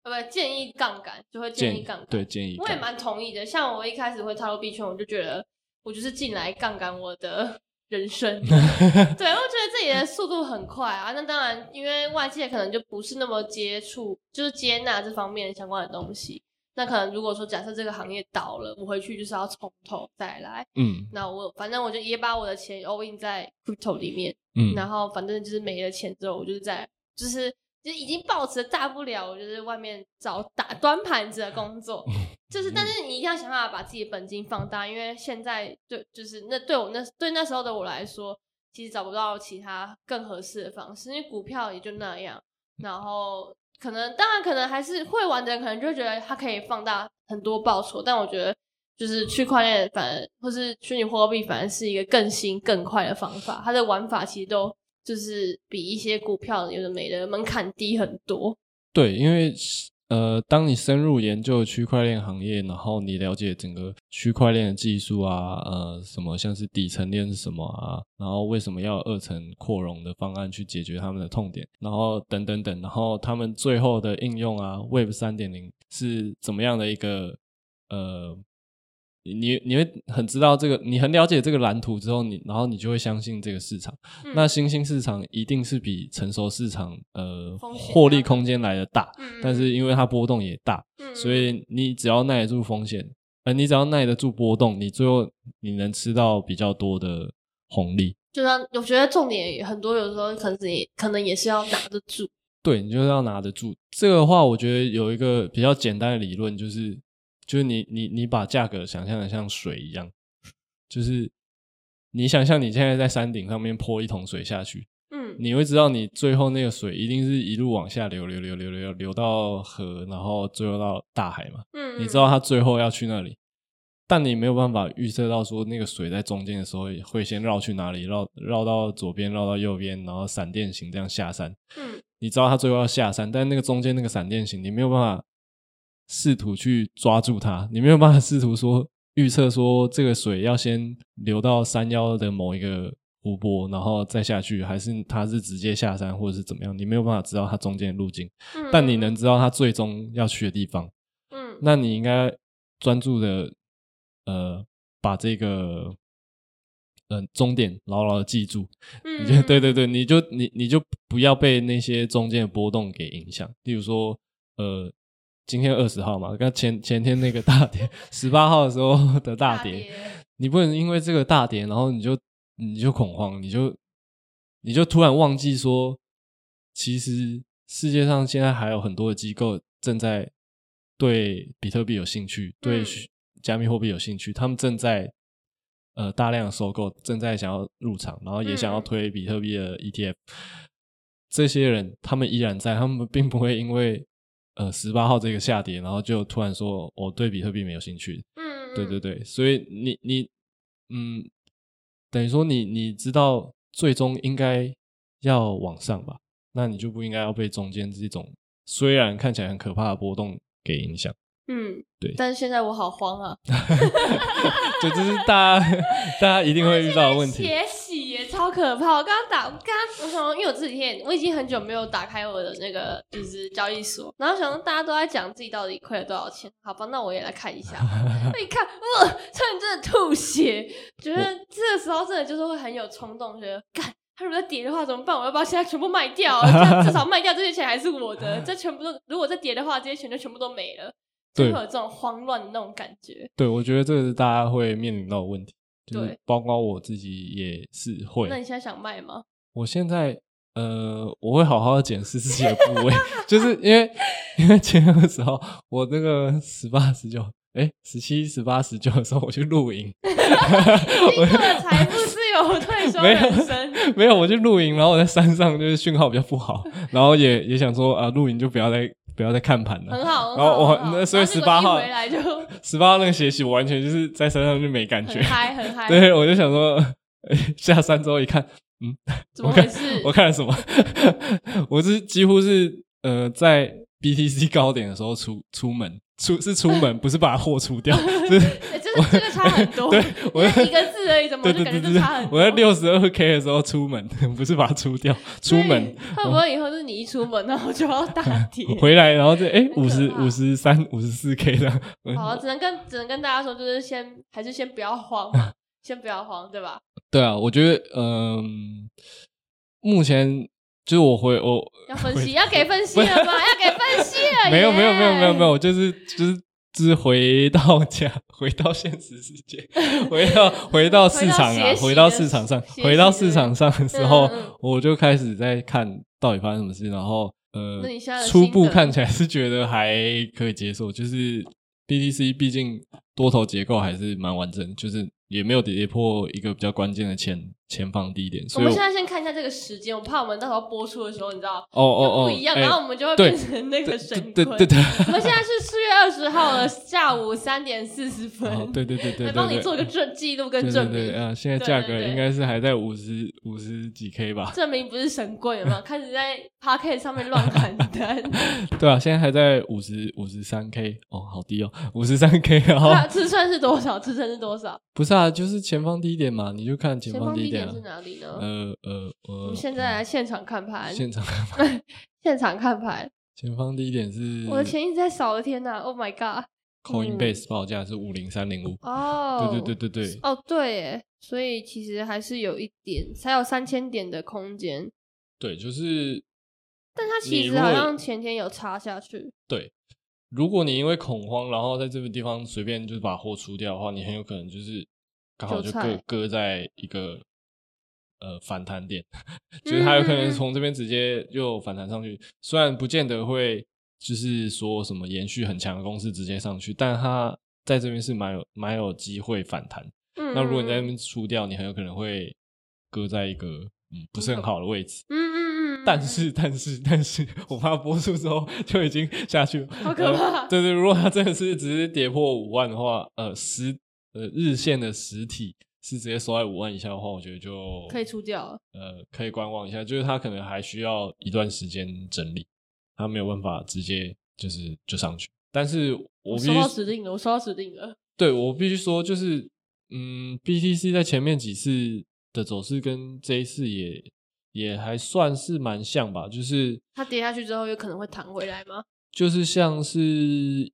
S2: 呃，不建议杠杆，就会
S1: 建
S2: 建议杠杆。
S1: 对建议
S2: 我也
S1: 杠
S2: 蛮同意的。像我一开始会踏入币圈，我就觉得我就是进来杠杆我的 人生，对，我觉得自己的速度很快啊。那当然，因为外界可能就不是那么接触，就是接纳这方面相关的东西。那可能如果说假设这个行业倒了，我回去就是要从头再来。
S1: 嗯
S2: 那我反正我就也把我的钱 all in 在 crypto 里面，
S1: 嗯
S2: 然后反正就是没了钱之后，我就是在就是就是已经抱持大不了，我就是外面找打端盘子的工作，就是但是你一定要想办法把自己的本金放大，因为现在就就是那对我那对那时候的我来说，其实找不到其他更合适的方式，因为股票也就那样，然后可能当然可能还是会玩的人，可能就觉得它可以放大很多报酬，但我觉得。就是区块链，反而或是虚拟货币，反而是一个更新更快的方法。它的玩法其实都就是比一些股票有的没的门槛低很多。
S1: 对，因为呃，当你深入研究区块链行业，然后你了解整个区块链的技术啊，呃，什么像是底层链是什么啊，然后为什么要二层扩容的方案去解决他们的痛点，然后等等等，然后他们最后的应用啊，Web 三点零是怎么样的一个呃。你你会很知道这个，你很了解这个蓝图之后，你然后你就会相信这个市场。
S2: 嗯
S1: 那新兴市场一定是比成熟市场呃
S2: 风险
S1: 获利
S2: 大
S1: 空间来的大，
S2: 嗯
S1: 但是因为它波动也大，
S2: 嗯
S1: 所以你只要耐得住风险，呃，你只要耐得住波动，你最后你能吃到比较多的红利。
S2: 就像我觉得重点很多，有时候可能也可能也是要拿得住。
S1: 对你就是要拿得住。这个的话，我觉得有一个比较简单的理论，就是就是你你你把价格想象的像水一样，就是你想象你现在在山顶上面泼一桶水下去，
S2: 嗯
S1: 你会知道你最后那个水一定是一路往下流，流流流流流流到河，然后最后到大海嘛。
S2: 嗯，
S1: 你知道它最后要去那里，但你没有办法预测到说那个水在中间的时候会先绕去哪里，绕绕到左边，绕到右边，然后闪电型这样下山。
S2: 嗯
S1: 你知道它最后要下山，但那个中间那个闪电型，你没有办法试图去抓住它，你没有办法试图说预测说这个水要先流到山腰的某一个湖泊，然后再下去，还是它是直接下山，或者是怎么样，你没有办法知道它中间的路径，
S2: 嗯，
S1: 但你能知道它最终要去的地方。
S2: 嗯
S1: 那你应该专注的呃，把这个嗯、呃终点牢牢的记住。
S2: 嗯
S1: 你就对对对，你就你你就不要被那些中间的波动给影响。例如说，呃，今天二十号嘛，刚前前天那个大跌，十八号的时候的大跌，你不能因为这个大跌，然后你就你就恐慌，你就你就突然忘记说，其实世界上现在还有很多的机构正在对比特币有兴趣，对
S2: 嗯
S1: 虚加密货币有兴趣，他们正在呃大量的收购，正在想要入场，然后也想要
S2: 嗯
S1: 推比特币的 ETF。这些人他们依然在，他们并不会因为呃十八号这个下跌，然后就突然说我对比特币没有兴趣，
S2: 嗯，
S1: 对对
S2: 对，
S1: 对，所以你你嗯，等于说你你知道最终应该要往上吧，那你就不应该要被中间这种虽然看起来很可怕的波动给影响。
S2: 嗯
S1: 对
S2: 但是现在我好慌啊，
S1: 对，这是大家大家一定会遇到的问题。
S2: 血洗耶，超可怕！我刚刚打，我刚刚我想说，因为我这几天我已经很久没有打开我的那个就是交易所，然后想说大家都在讲自己到底亏了多少钱，好吧，那我也来看一 下。我一看，哇，差点真的吐血，觉得这个时候真的就是会很有冲动，觉得干。他如果再跌的话怎么办？我要不要现在全部卖掉？这样至少卖掉这些钱还是我 的。这全部都，如果再跌的话，这些钱就全部都没了，就
S1: 对
S2: 会有这种慌乱的那种感觉。
S1: 对，我觉得这是大家会面临到的问题，就是
S2: 对
S1: 包括我自己也是会。
S2: 那你现在想卖吗？
S1: 我现在呃，我会好好的检视自己的部位，就是因为因为前二十号我那个十八十九。哎，十七、十八、十九的时候，我去露营，
S2: 金克的财富自由退休
S1: 没有
S2: 人生，
S1: 没有，我去露营，然后我在山上就是讯号比较不好，然后也也想说啊，露营就不要再不要再看盘了。
S2: 很好。
S1: 然后我
S2: 很好
S1: 那所以
S2: 然后结
S1: 十
S2: 果
S1: 八
S2: 一
S1: 号
S2: 回来就很
S1: 十八号那个学习，我完全就是在山上就没感觉，
S2: 嗨很嗨，
S1: 对，我就想说 下山之后一看，嗯，
S2: 怎么回事？
S1: 我看了什么？我是几乎是呃，在 BTC 高点的时候出出门，出是出门，不是把货出 掉，就是
S2: 哎真的这个差很多，
S1: 对我
S2: 就一个字而已，怎么
S1: 对
S2: 就
S1: 对
S2: 感
S1: 对
S2: 觉就
S1: 对对
S2: 差很，多？
S1: 我在六十二 K 的时候出门， 不是把它出掉，出门
S2: 所以会不会以后就是你一出门，然后就要大跌？
S1: 回来，然后就哎五十
S2: 很可怕
S1: 五十三五十四 K 的，
S2: 好，只能跟只能跟大家说，就是先还是先不要慌嘛，先不要慌，对吧？
S1: 对啊，我觉得嗯、目前就是我回我
S2: 要分析，要给分析了吗？要给分析了耶，
S1: 没有没有没有没有没有，我就是就是就是回到家，回到现实世界，回到回到市场啊，回
S2: 回到
S1: 到市
S2: 学习的
S1: 场上
S2: 学习，的
S1: 回到市场上的时候
S2: 嗯嗯嗯，
S1: 我就开始在看到底发生什么事，然后呃
S2: 那你现在，的
S1: 初
S2: 心
S1: 步
S2: 得
S1: 看起来是觉得还可以接受，就是 BTC 毕竟多头结构还是蛮完整，就是也没有跌破一个比较关键的前前方低点，
S2: 我
S1: 所以
S2: 们现在先看一下这个时间，我怕我们到时候播出的时候，你知道
S1: 哦哦
S2: 就
S1: 哦，
S2: 不一样，
S1: 哎
S2: 然后我们就会
S1: 对
S2: 变成那个神
S1: 对
S2: 棍。
S1: 对对对，
S2: 我们现在是四月二十号的下午三点四十分，
S1: 哦对对对对，
S2: 来帮
S1: 对嗯
S2: 你做一个证记录跟
S1: 对
S2: 证
S1: 对
S2: 明。
S1: 对，啊，现在
S2: 对
S1: 价
S2: 对
S1: 格
S2: 对
S1: 应该是还在五十五十几 K 吧？
S2: 证明不是神棍，有没有？开始在 p o c a s t 上面 乱砍单，
S1: 对啊，现在还在五十五十三 K，哦，好低哦，五十三 K 然后
S2: 那自称是多少？自称是多少？
S1: 不是啊，就是前方低点嘛，你就看前
S2: 前方
S1: 低
S2: 低
S1: 点
S2: 点
S1: 啊
S2: 是。哪里呢？
S1: 呃呃
S2: 我
S1: 呃，
S2: 们现在来现场看盘，
S1: 现场
S2: 现场看盘。
S1: 前方低点是
S2: 我的钱一直在少，我的天哪！Oh my god！
S1: Coinbase 报价是五零三零五，
S2: 哦，
S1: 对对对对对，
S2: 哦，对耶，所以其实还是有一点，才有三千点的空间，
S1: 对，就是
S2: 但它
S1: 你
S2: 其
S1: 如
S2: 实
S1: 果
S2: 好像前天有插下去，
S1: 对，如果你因为恐慌，然后在这个地方随便就是把货出掉的话，你很有可能就是刚好
S2: 韭
S1: 就
S2: 菜
S1: 割割在一个呃反弹点， 就是它有可
S2: 嗯
S1: 能从这边直接又反弹上去，虽然不见得会就是说什么延续很强的公式直接上去，但它在这边是蛮有蛮有机会反弹。
S2: 嗯，
S1: 那如果你在那
S2: 嗯
S1: 边出掉，你很有可能会割在一个嗯不是很好的位置。
S2: 嗯嗯，
S1: 但是，但是，但是，我怕播出之后就已经下去了，
S2: 好可怕
S1: 呃对对，如果它真的是只是跌破五万的话，呃，十呃日线的实体是直接收在五万以下的话，我觉得就
S2: 可以出掉了，
S1: 呃可以观望一下，就是它可能还需要一段时间整理，它没有办法直接就是就上去。但是我必须
S2: 收到指令了，我收到指令了，
S1: 对我必须说，就是嗯，BTC 在前面几次的走势跟这一次也也还算是蛮像吧，就是
S2: 它跌下去之后有可能会弹回来吗？
S1: 就是像是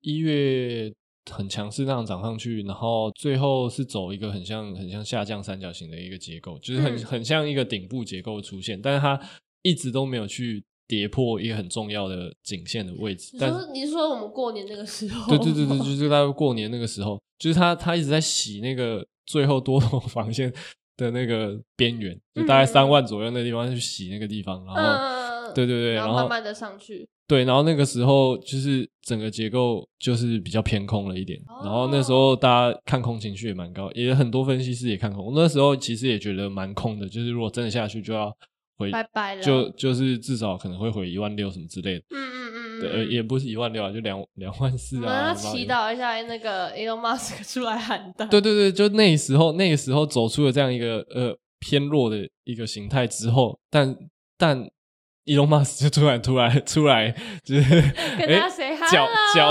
S1: 一月很强势那样涨上去，然后最后是走一个很像很像下降三角形的一个结构，就是很、
S2: 嗯
S1: 很像一个顶部结构出现，但是它一直都没有去跌破一个很重要的颈线的位置
S2: 你，
S1: 但
S2: 说哦你是说我们过年那个时候，
S1: 对对对对，就是大概过年那个时候，就是他他一直在洗那个最后多头防线的那个边缘，就大概
S2: 嗯
S1: 三万左右那地方去洗那个地方，然后、
S2: 嗯，
S1: 对对对，然
S2: 然
S1: 后
S2: 慢慢的上去，
S1: 对，然后那个时候就是整个结构就是比较偏空了一点，
S2: 哦
S1: 然后那时候大家看空情绪也蛮高，也很多分析师也看空，那时候其实也觉得蛮空的，就是如果真的下去就要回，
S2: 拜拜了，
S1: 就就是至少可能会回一万六什么之类的。
S2: 嗯嗯嗯嗯，
S1: 对，呃，也不是一万六啊，就两两万
S2: 我
S1: 四
S2: 们
S1: 啊。
S2: 要
S1: 然后
S2: 祈
S1: 一
S2: 祷一下那个 Elon Musk 出来喊的，
S1: 对对对，就那时候那个时候走出了这样一个呃偏弱的一个形态之后，但但伊隆马斯就突然突然出来，就是
S2: 跟
S1: 诶
S2: 大家 say hello
S1: 搅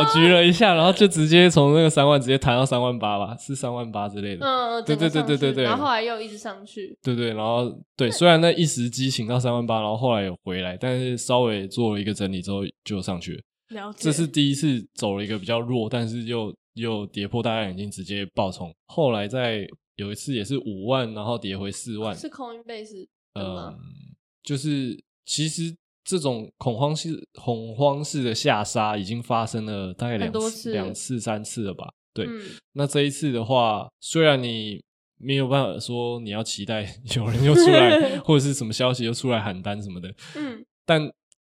S1: 搅局了一下，然后就直接从那个三万直接弹到三万八吧，是三万八之类的。
S2: 嗯，
S1: 对
S2: 整个
S1: 对对
S2: 上
S1: 对对
S2: 去
S1: 对
S2: 然后后来又一直上去，
S1: 对对，然后对，虽然那一时激情到三万八，然后后来有回来，但是稍微做了一个整理之后就上去了。
S2: 了解，
S1: 这是第一次走了一个比较弱，但是又又跌破大家眼睛，直接爆冲。后来在有一次也是五万，然后跌回四万，
S2: 哦是 Coinbase 的吗？
S1: 嗯，就是其实这种恐慌式恐慌式的下杀已经发生了大概两
S2: 很多次
S1: 两次三次了吧？对，
S2: 嗯，
S1: 那这一次的话，虽然你没有办法说你要期待 有人又出 来，或者是什么消息又出来喊单什么的，
S2: 嗯，
S1: 但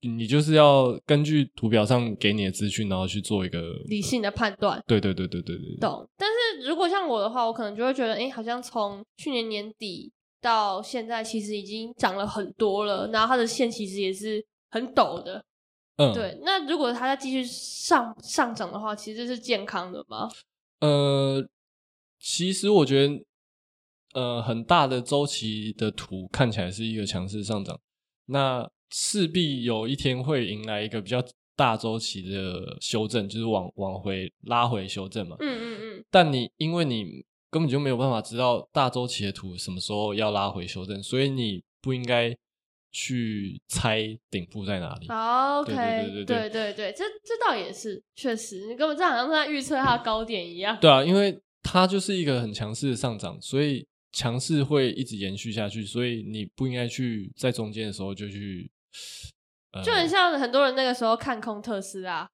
S1: 你就是要根据图表上给你的资讯，然后去做一个
S2: 理性的判断。
S1: 对对对对对对，
S2: 懂。但是如果像我的话，我可能就会觉得，哎、好像从去年年底到现在，其实已经涨了很多了，然后它的线其实也是很陡的。
S1: 嗯，
S2: 对，那如果它再继续上上涨的话，其实是健康的吗？
S1: 呃，其实我觉得，呃，很大的周期的图看起来是一个强势上涨，那势必有一天会迎来一个比较大周期的修正，就是往往回拉回修正嘛。
S2: 嗯嗯嗯，
S1: 但你因为你根本就没有办法知道大周期的图什么时候要拉回修正，所以你不应该去猜顶部在哪里。
S2: 好，OK，
S1: 对对对对
S2: 对对对这这倒也是，确实，你根本这好像是在预测它的高点一样。
S1: 对啊，因为它就是一个很强势的上涨，所以强势会一直延续下去，所以你不应该去在中间的时候就去，呃，
S2: 就很像很多人那个时候看空特斯拉，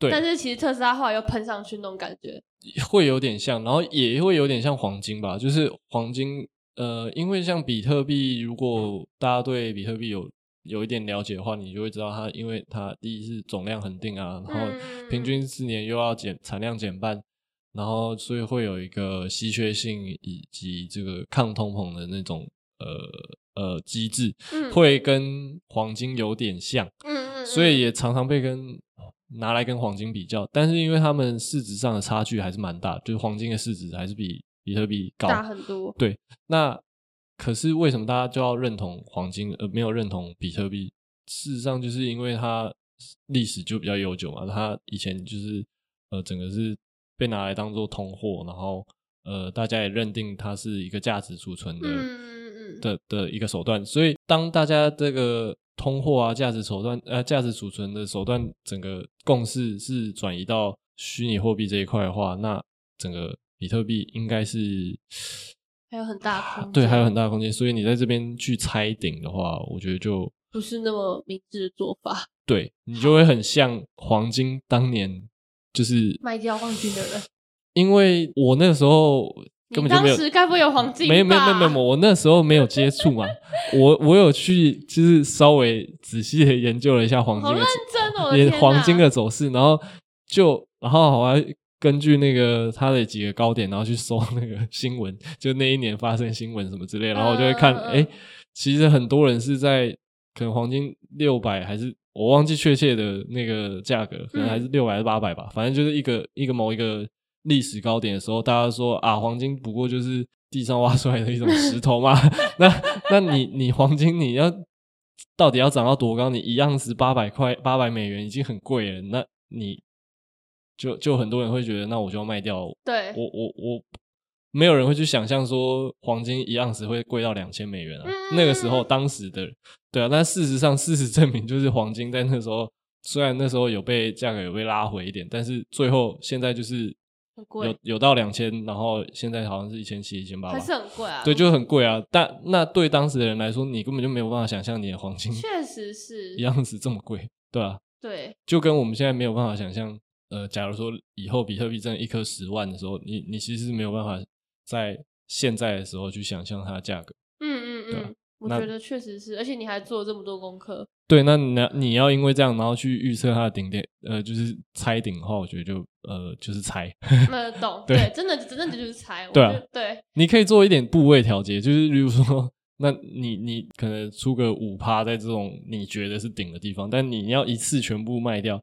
S1: 对，
S2: 但是其实特斯拉后来又喷上去那种感觉。
S1: 会有点像，然后也会有点像黄金吧，就是黄金，呃，因为像比特币，如果大家对比特币有有一点了解的话，你就会知道它，因为它第一是总量恒定啊，然
S2: 嗯
S1: 后平均四年又要减产量减半，然后所以会有一个稀缺性以及这个抗通膨的那种呃呃机制，
S2: 嗯
S1: 会跟黄金有点像，
S2: 嗯嗯，
S1: 所以也常常被跟拿来跟黄金比较，但是因为它们市值上的差距还是蛮大，就是黄金的市值还是比比特币高，
S2: 大很多。
S1: 那可是为什么大家就要认同黄金，呃而没有认同比特币？事实上，就是因为它历史就比较悠久嘛，它以前就是呃，整个是被拿来当做通货，然后呃，大家也认定它是一个价值储存的、
S2: 嗯嗯嗯
S1: 的的一个手段。所以，当大家这个通货啊、价值手段、呃、价值储存的手段，整个共识是转移到虚拟货币这一块的话，那整个比特币应该是
S2: 还有很大空间
S1: 对，还有很大的空间。所以你在这边去猜顶的话，我觉得就
S2: 不是那么明智的做法，
S1: 对你就会很像黄金当年，就是
S2: 卖掉黄金的人。
S1: 因为我那时候 根
S2: 你
S1: 本就
S2: 当
S1: 没有。
S2: 时该不会有黄金吧？
S1: 没有没有没有没有，我那时候没有接触嘛，我我有去就是稍微仔细的研究了一下黄金
S2: 好
S1: 的
S2: 认
S1: 走
S2: 真哦，我的
S1: 也
S2: 天
S1: 黄
S2: 哪
S1: 金的走势，然后就然后我还根据那个它的几个高点，然后去搜那个新闻，就那一年发生新闻什么之类的，然后我就会看，
S2: 嗯嗯
S1: 哎、
S2: 嗯
S1: 其实很多人是在可能黄金六百还是我忘记确切的那个价格，可能还是六百还是八百吧，反正就是一个一个某一个历史高点的时候，大家说啊，黄金不过就是地上挖出来的一种石头嘛，那那你你黄金你要到底要涨到多高？你一盎司八百块八百美元已经很贵了，那你就就很多人会觉得，那我就要卖掉。我
S2: 对，
S1: 我我没有人会去想象说黄金一盎司会贵到两千美元啊。
S2: 嗯
S1: 那个时候当时的对啊，但事实上事实证明，就是黄金在那时候虽然那时候有被价格有被拉回一点，但是最后现在就是
S2: 很贵
S1: 有有到两千，然后现在好像是一千七一千八，
S2: 还是很贵啊。
S1: 对，就很贵啊。但那对当时的人来说，你根本就没有办法想象你的黄金
S2: 确实是
S1: 一样子这么贵，对啊，
S2: 对，
S1: 就跟我们现在没有办法想象，呃，假如说以后比特币真的一颗十万的时候，你你其实是没有办法在现在的时候去想象它的价格。
S2: 嗯嗯
S1: 对啊
S2: 嗯，我
S1: 那
S2: 觉得确实是，而且你还做了这么多功 课，
S1: 对，那你你要因为这样，然后去预测它的顶点，呃，就是猜顶的话，我觉得就呃就是猜。
S2: 那懂
S1: 对
S2: 对，真的真的就是猜，我
S1: 对啊
S2: 就对，
S1: 你可以做一点部位调节，就是例如说，那你你可能出个五趴在这种你觉得是顶的地方，但你要一次全部卖掉。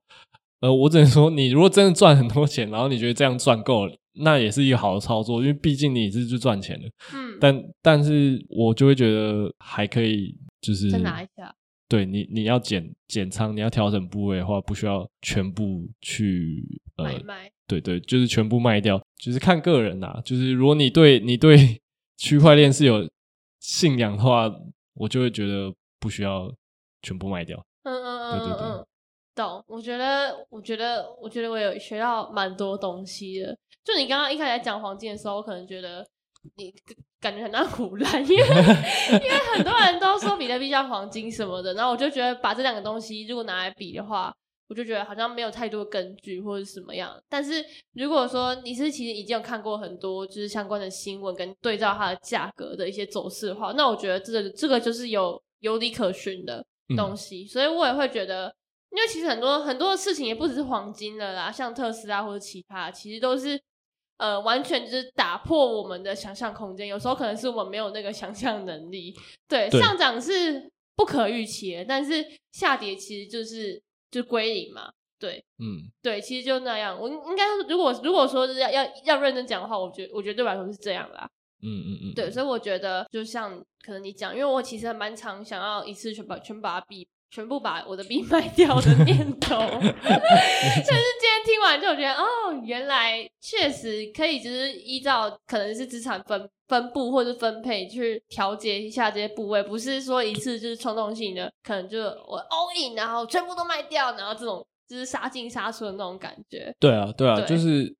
S1: 呃，我只能说，你如果真的赚很多钱，然后你觉得这样赚够了，那也是一个好的操作，因为毕竟你是去赚钱的。
S2: 嗯，
S1: 但但是我就会觉得还可以，就是
S2: 再拿一下，
S1: 对你你要减减仓，你要调整部位的话，不需要全部去呃
S2: 买卖，
S1: 对对，就是全部卖掉，就是看个人啦、就是如果你对你对 区块链是有信仰的话，我就会觉得不需要全部卖掉。
S2: 嗯嗯嗯
S1: 对对
S2: 嗯
S1: 对
S2: 嗯，懂。我觉得，我觉得，我觉得我有学到蛮多东西的。就你刚刚一开始在讲黄金的时候，我可能觉得你感觉很像胡乱，因为因为很多人都说比特币像黄金什么的，然后我就觉得把这两个东西如果拿来比的话，我就觉得好像没有太多根据或者什么样。但是如果说你是其实已经有看过很多就是相关的新闻跟对照它的价格的一些走势的话，那我觉得这个这个就是有有理可循的
S1: 嗯
S2: 东西，所以我也会觉得。因为其实很多很多的事情也不只是黄金了啦，像特斯拉或者其他，其实都是呃完全就是打破我们的想象空间。有时候可能是我们没有那个想象能力。对，
S1: 对
S2: 上涨是不可预期的，但是下跌其实就是就归零嘛。
S1: 嗯，
S2: 对，其实就那样。我应应该说如果如果说是要要要认真讲的话，我觉得我觉得对我来说是这样啦。
S1: 嗯嗯嗯，
S2: 对，所以我觉得就像可能你讲，因为我其实还蛮常想要一次全把全把币全部把我的币 卖掉的念头， 但是今天听完就觉得哦，原来确实可以，就是依照可能是资产分分布或者分配去调节一下这些部位，不是说一次就是冲动性的，可能就我 all in，然后全部都卖掉，然后这种就是杀进杀出的那种感觉。
S1: 对啊，对啊，
S2: 对
S1: 就是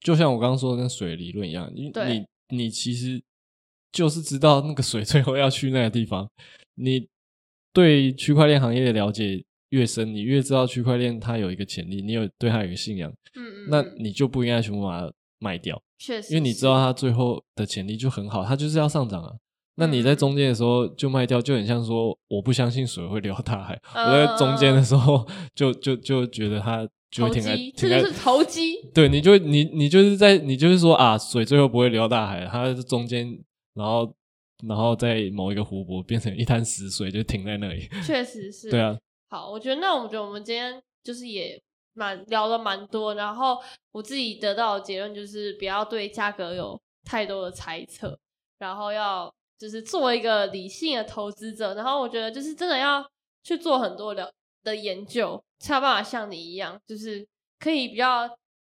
S1: 就像我刚刚说的跟水理论一样，你
S2: 对
S1: 你你其实就是知道那个水最后要去那个地方。你对区块链行业的了解越深，你越知道区块链它有一个潜力，你有对它有一个信仰，
S2: 嗯嗯，
S1: 那
S2: 嗯
S1: 你就不应该全部把它卖掉，
S2: 确实是，
S1: 因为你知道它最后的潜力就很好，它就是要上涨啊。那你
S2: 嗯
S1: 在中间的时候就卖掉，就很像说我不相信水会流到大海。
S2: 嗯
S1: 我在中间的时候就就就觉得它就
S2: 呃投
S1: 会停在
S2: 机，
S1: 停
S2: 这
S1: 在
S2: 就，是投机。
S1: 对你就你你就是在你就是说啊，水最后不会流到大海，它是中间，然后然后在某一个湖泊变成一滩死水，就停在那里。
S2: 确实是。
S1: 对啊，
S2: 好，我觉得那我觉得我们今天就是也蛮聊了蛮多，然后我自己得到的结论就是不要对价格有太多的猜测，然后要就是做一个理性的投资者，然后我觉得就是真的要去做很多的的研究，才有办法像你一样，就是可以比较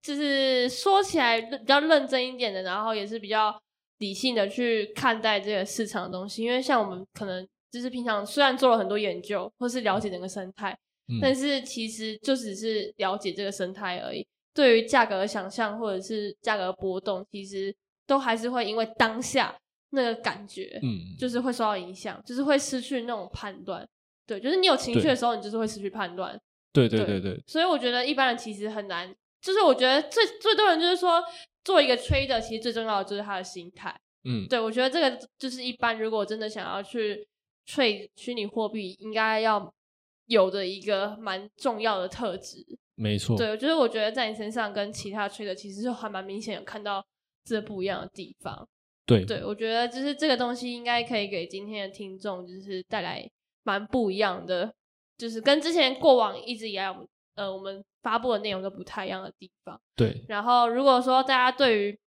S2: 就是说起来比较认真一点的，然后也是比较理性的去看待这个市场的东西。因为像我们可能就是平常虽然做了很多研究，或是了解整个生态，
S1: 嗯
S2: 但是其实就只是了解这个生态而已。对于价格的想象或者是价格波动，其实都还是会因为当下那个感觉，
S1: 嗯，
S2: 就是会受到影响，就是会失去那种判断。对，就是你有情绪
S1: 对
S2: 的时候，你就是会失去判断。
S1: 对对
S2: 对
S1: 对对，
S2: 所以我觉得一般人其实很难，就是我觉得最最多人就是说，做一个 trader 其实最重要的就是他的心态。
S1: 嗯
S2: 对我觉得这个就是一般如果真的想要去 trade 虚拟货币，应该要有的一个蛮重要的特质。
S1: 没错，
S2: 对，就是我觉得在你身上跟其他 trader 其实是还蛮明显有看到这不一样的地方。
S1: 对
S2: 对，我觉得就是这个东西应该可以给今天的听众，就是带来蛮不一样的，就是跟之前过往一直以来我们呃我们发布的内容都不太一样的地方。
S1: 对
S2: 然后如果说大家对于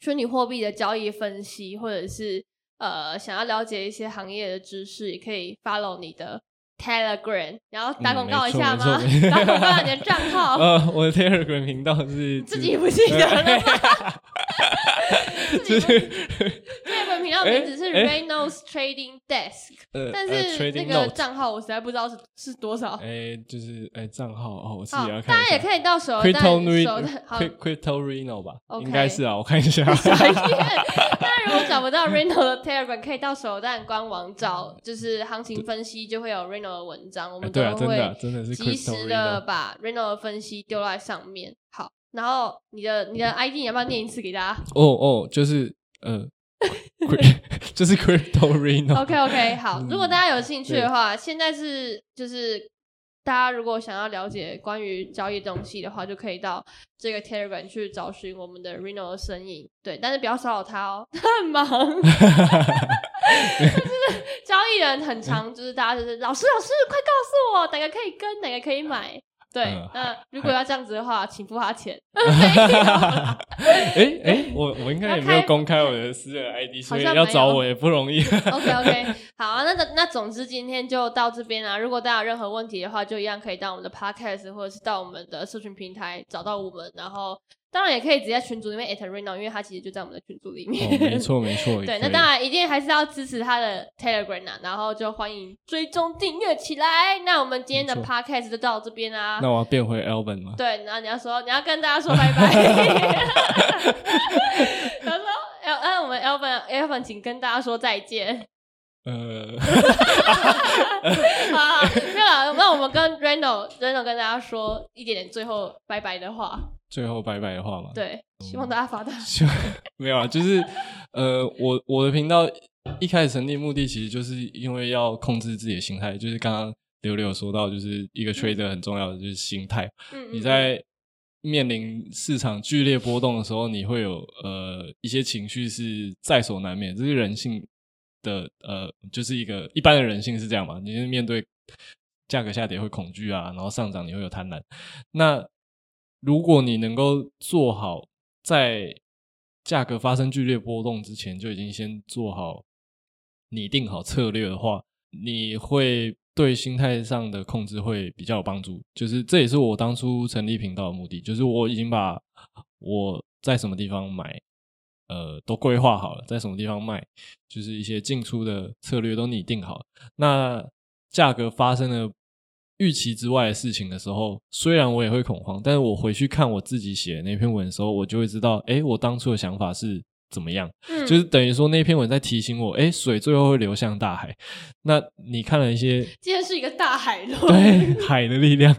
S2: 虚拟货币的交易分析，或者是呃想要了解一些行业的知识，也可以 follow 你的 Telegram，然后打
S1: 嗯
S2: 广
S1: 没
S2: 告一
S1: 错
S2: 下
S1: 没
S2: 吗？
S1: 错
S2: 打广告你的账号。
S1: 呃，我的 Telegram 频道是
S2: 自己不记得了吗，
S1: 就
S2: 自己
S1: 是
S2: 不
S1: 呃
S2: 这个频道名字是
S1: 哎
S2: Renos Trading Desk，、
S1: 呃，
S2: 但
S1: 呃
S2: 是那
S1: Trading
S2: 个
S1: Note
S2: 账号我实在不知道是是多少。
S1: 哎，就是哎账号哦，我自
S2: 好
S1: 己要，看
S2: 大
S1: 一
S2: 家
S1: 下。
S2: 也可以到手但
S1: Crypto
S2: 手 但
S1: Reno
S2: 好。
S1: Cry- Crypto Reno 吧
S2: OK
S1: 应该是啊，我看一下。
S2: 傻眼那如果找不到 Reno 的 Telegram，可以到手蛋官网找，就是行情分析就会有 Reno 的文章，我
S1: 哎
S2: 们都
S1: 对啊，真的啊
S2: 会
S1: 真的是
S2: 及
S1: Crypto
S2: 时的
S1: Reno。
S2: 把 Reno 的分析丢在上面。好，然后你的你的 ID 你要不要念一次给大家？
S1: 哦哦，就是呃 cry- 就是 Crypto Reno。
S2: OK OK，好，
S1: 嗯
S2: 如果大家有兴趣
S1: 对
S2: 的话，现在是就是大家如果想要了解关于交易东西的话，就可以到这个 Telegram 去找寻我们的 Reno 的身影。对，但是不要骚扰他哦，他很忙。 就是交易人
S1: 嗯
S2: 很常，就是大家就是老师老师快告诉我哪个可以跟哪个可以买。对，
S1: 嗯
S2: 那如果要这样子的话，请付他钱。
S1: 哎哎，我我应该也没有公开我的私人 ID，所以
S2: 好像
S1: 要
S2: 没
S1: 找
S2: 有
S1: 我也不容易。
S2: OK OK，好 啊，那那总之今天就到这边啊。如果大家有任何问题的话，就一样可以到我们的 Podcast 或者是到我们的社群平台找到我们，然后当然也可以直接在群组里面 at Reno，因为他其实就在我们的群组里面。
S1: 哦，没。错没错。也
S2: 对，那
S1: 可以
S2: 当然一定还是要支持他的 Telegram 啊，然后就欢迎追踪订阅起来。那我们今天的
S1: 没错
S2: Podcast 就到这边啊
S1: 那。我要变回 Elvin 吗？
S2: 对，然后你要说，你要跟大家说拜拜。 他说，L，那我们 Elvin，Elvin，请跟大家说再见。
S1: 呃，
S2: 好，没有啦，那我们跟 Reno Reno 跟大家说一点点最后拜拜的话，
S1: 最后拜拜的话嘛。
S2: 对，希望大家发达。
S1: 就 没有啊，就是呃，我我的频道一开始成立目的其实就是因为要控制自己的心态，就是刚刚柳柳有说到，就是一个
S2: 嗯
S1: trader 很重要的就是心态，
S2: 嗯，嗯
S1: 你在面临市场剧烈波动的时候，你会有呃一些情绪是在所难免，这是人性的呃，就是一个一般的人性是这样嘛，你是面对价格下跌会恐惧啊，然后上涨你会有贪婪。那如果你能够做好在价格发生剧烈波动之前就已经先做好拟定好策略的话，你会对心态上的控制会比较有帮助。就是这也是我当初成立频道的目的，就是我已经把我在什么地方买，呃，都规划好了，在什么地方卖，就是一些进出的策略都拟定好了。那价格发生了预期之外的事情的时候，虽然我也会恐慌，但是我回去看我自己写的那篇文的时候，我就会知道，诶，我当初的想法是怎么样。
S2: 嗯
S1: 就是等于说那篇文在提醒我，诶，水最后会流向大海。那你看了一些
S2: 今天是一个大海喽，
S1: 对海的力量，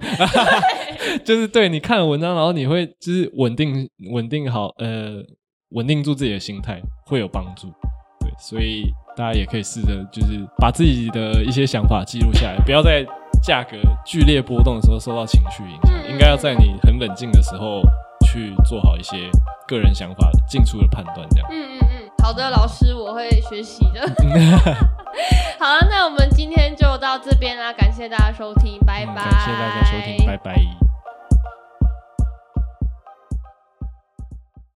S1: 就是对你看了文章，然后你会就是稳定稳定好呃稳定住自己的心态，会有帮助。对，所以大家也可以试着就是把自己的一些想法记录下来，不要在价格剧烈波动的时候受到情绪影响，
S2: 嗯
S1: 应该要在你很冷静的时候去做好一些个人想法进出的判断，这样。
S2: 嗯嗯嗯，好的，老师，我会学习 的。好了，那我们今天就到这边啦，感谢大家收听，拜拜。
S1: 嗯嗯感谢大家收听，拜拜。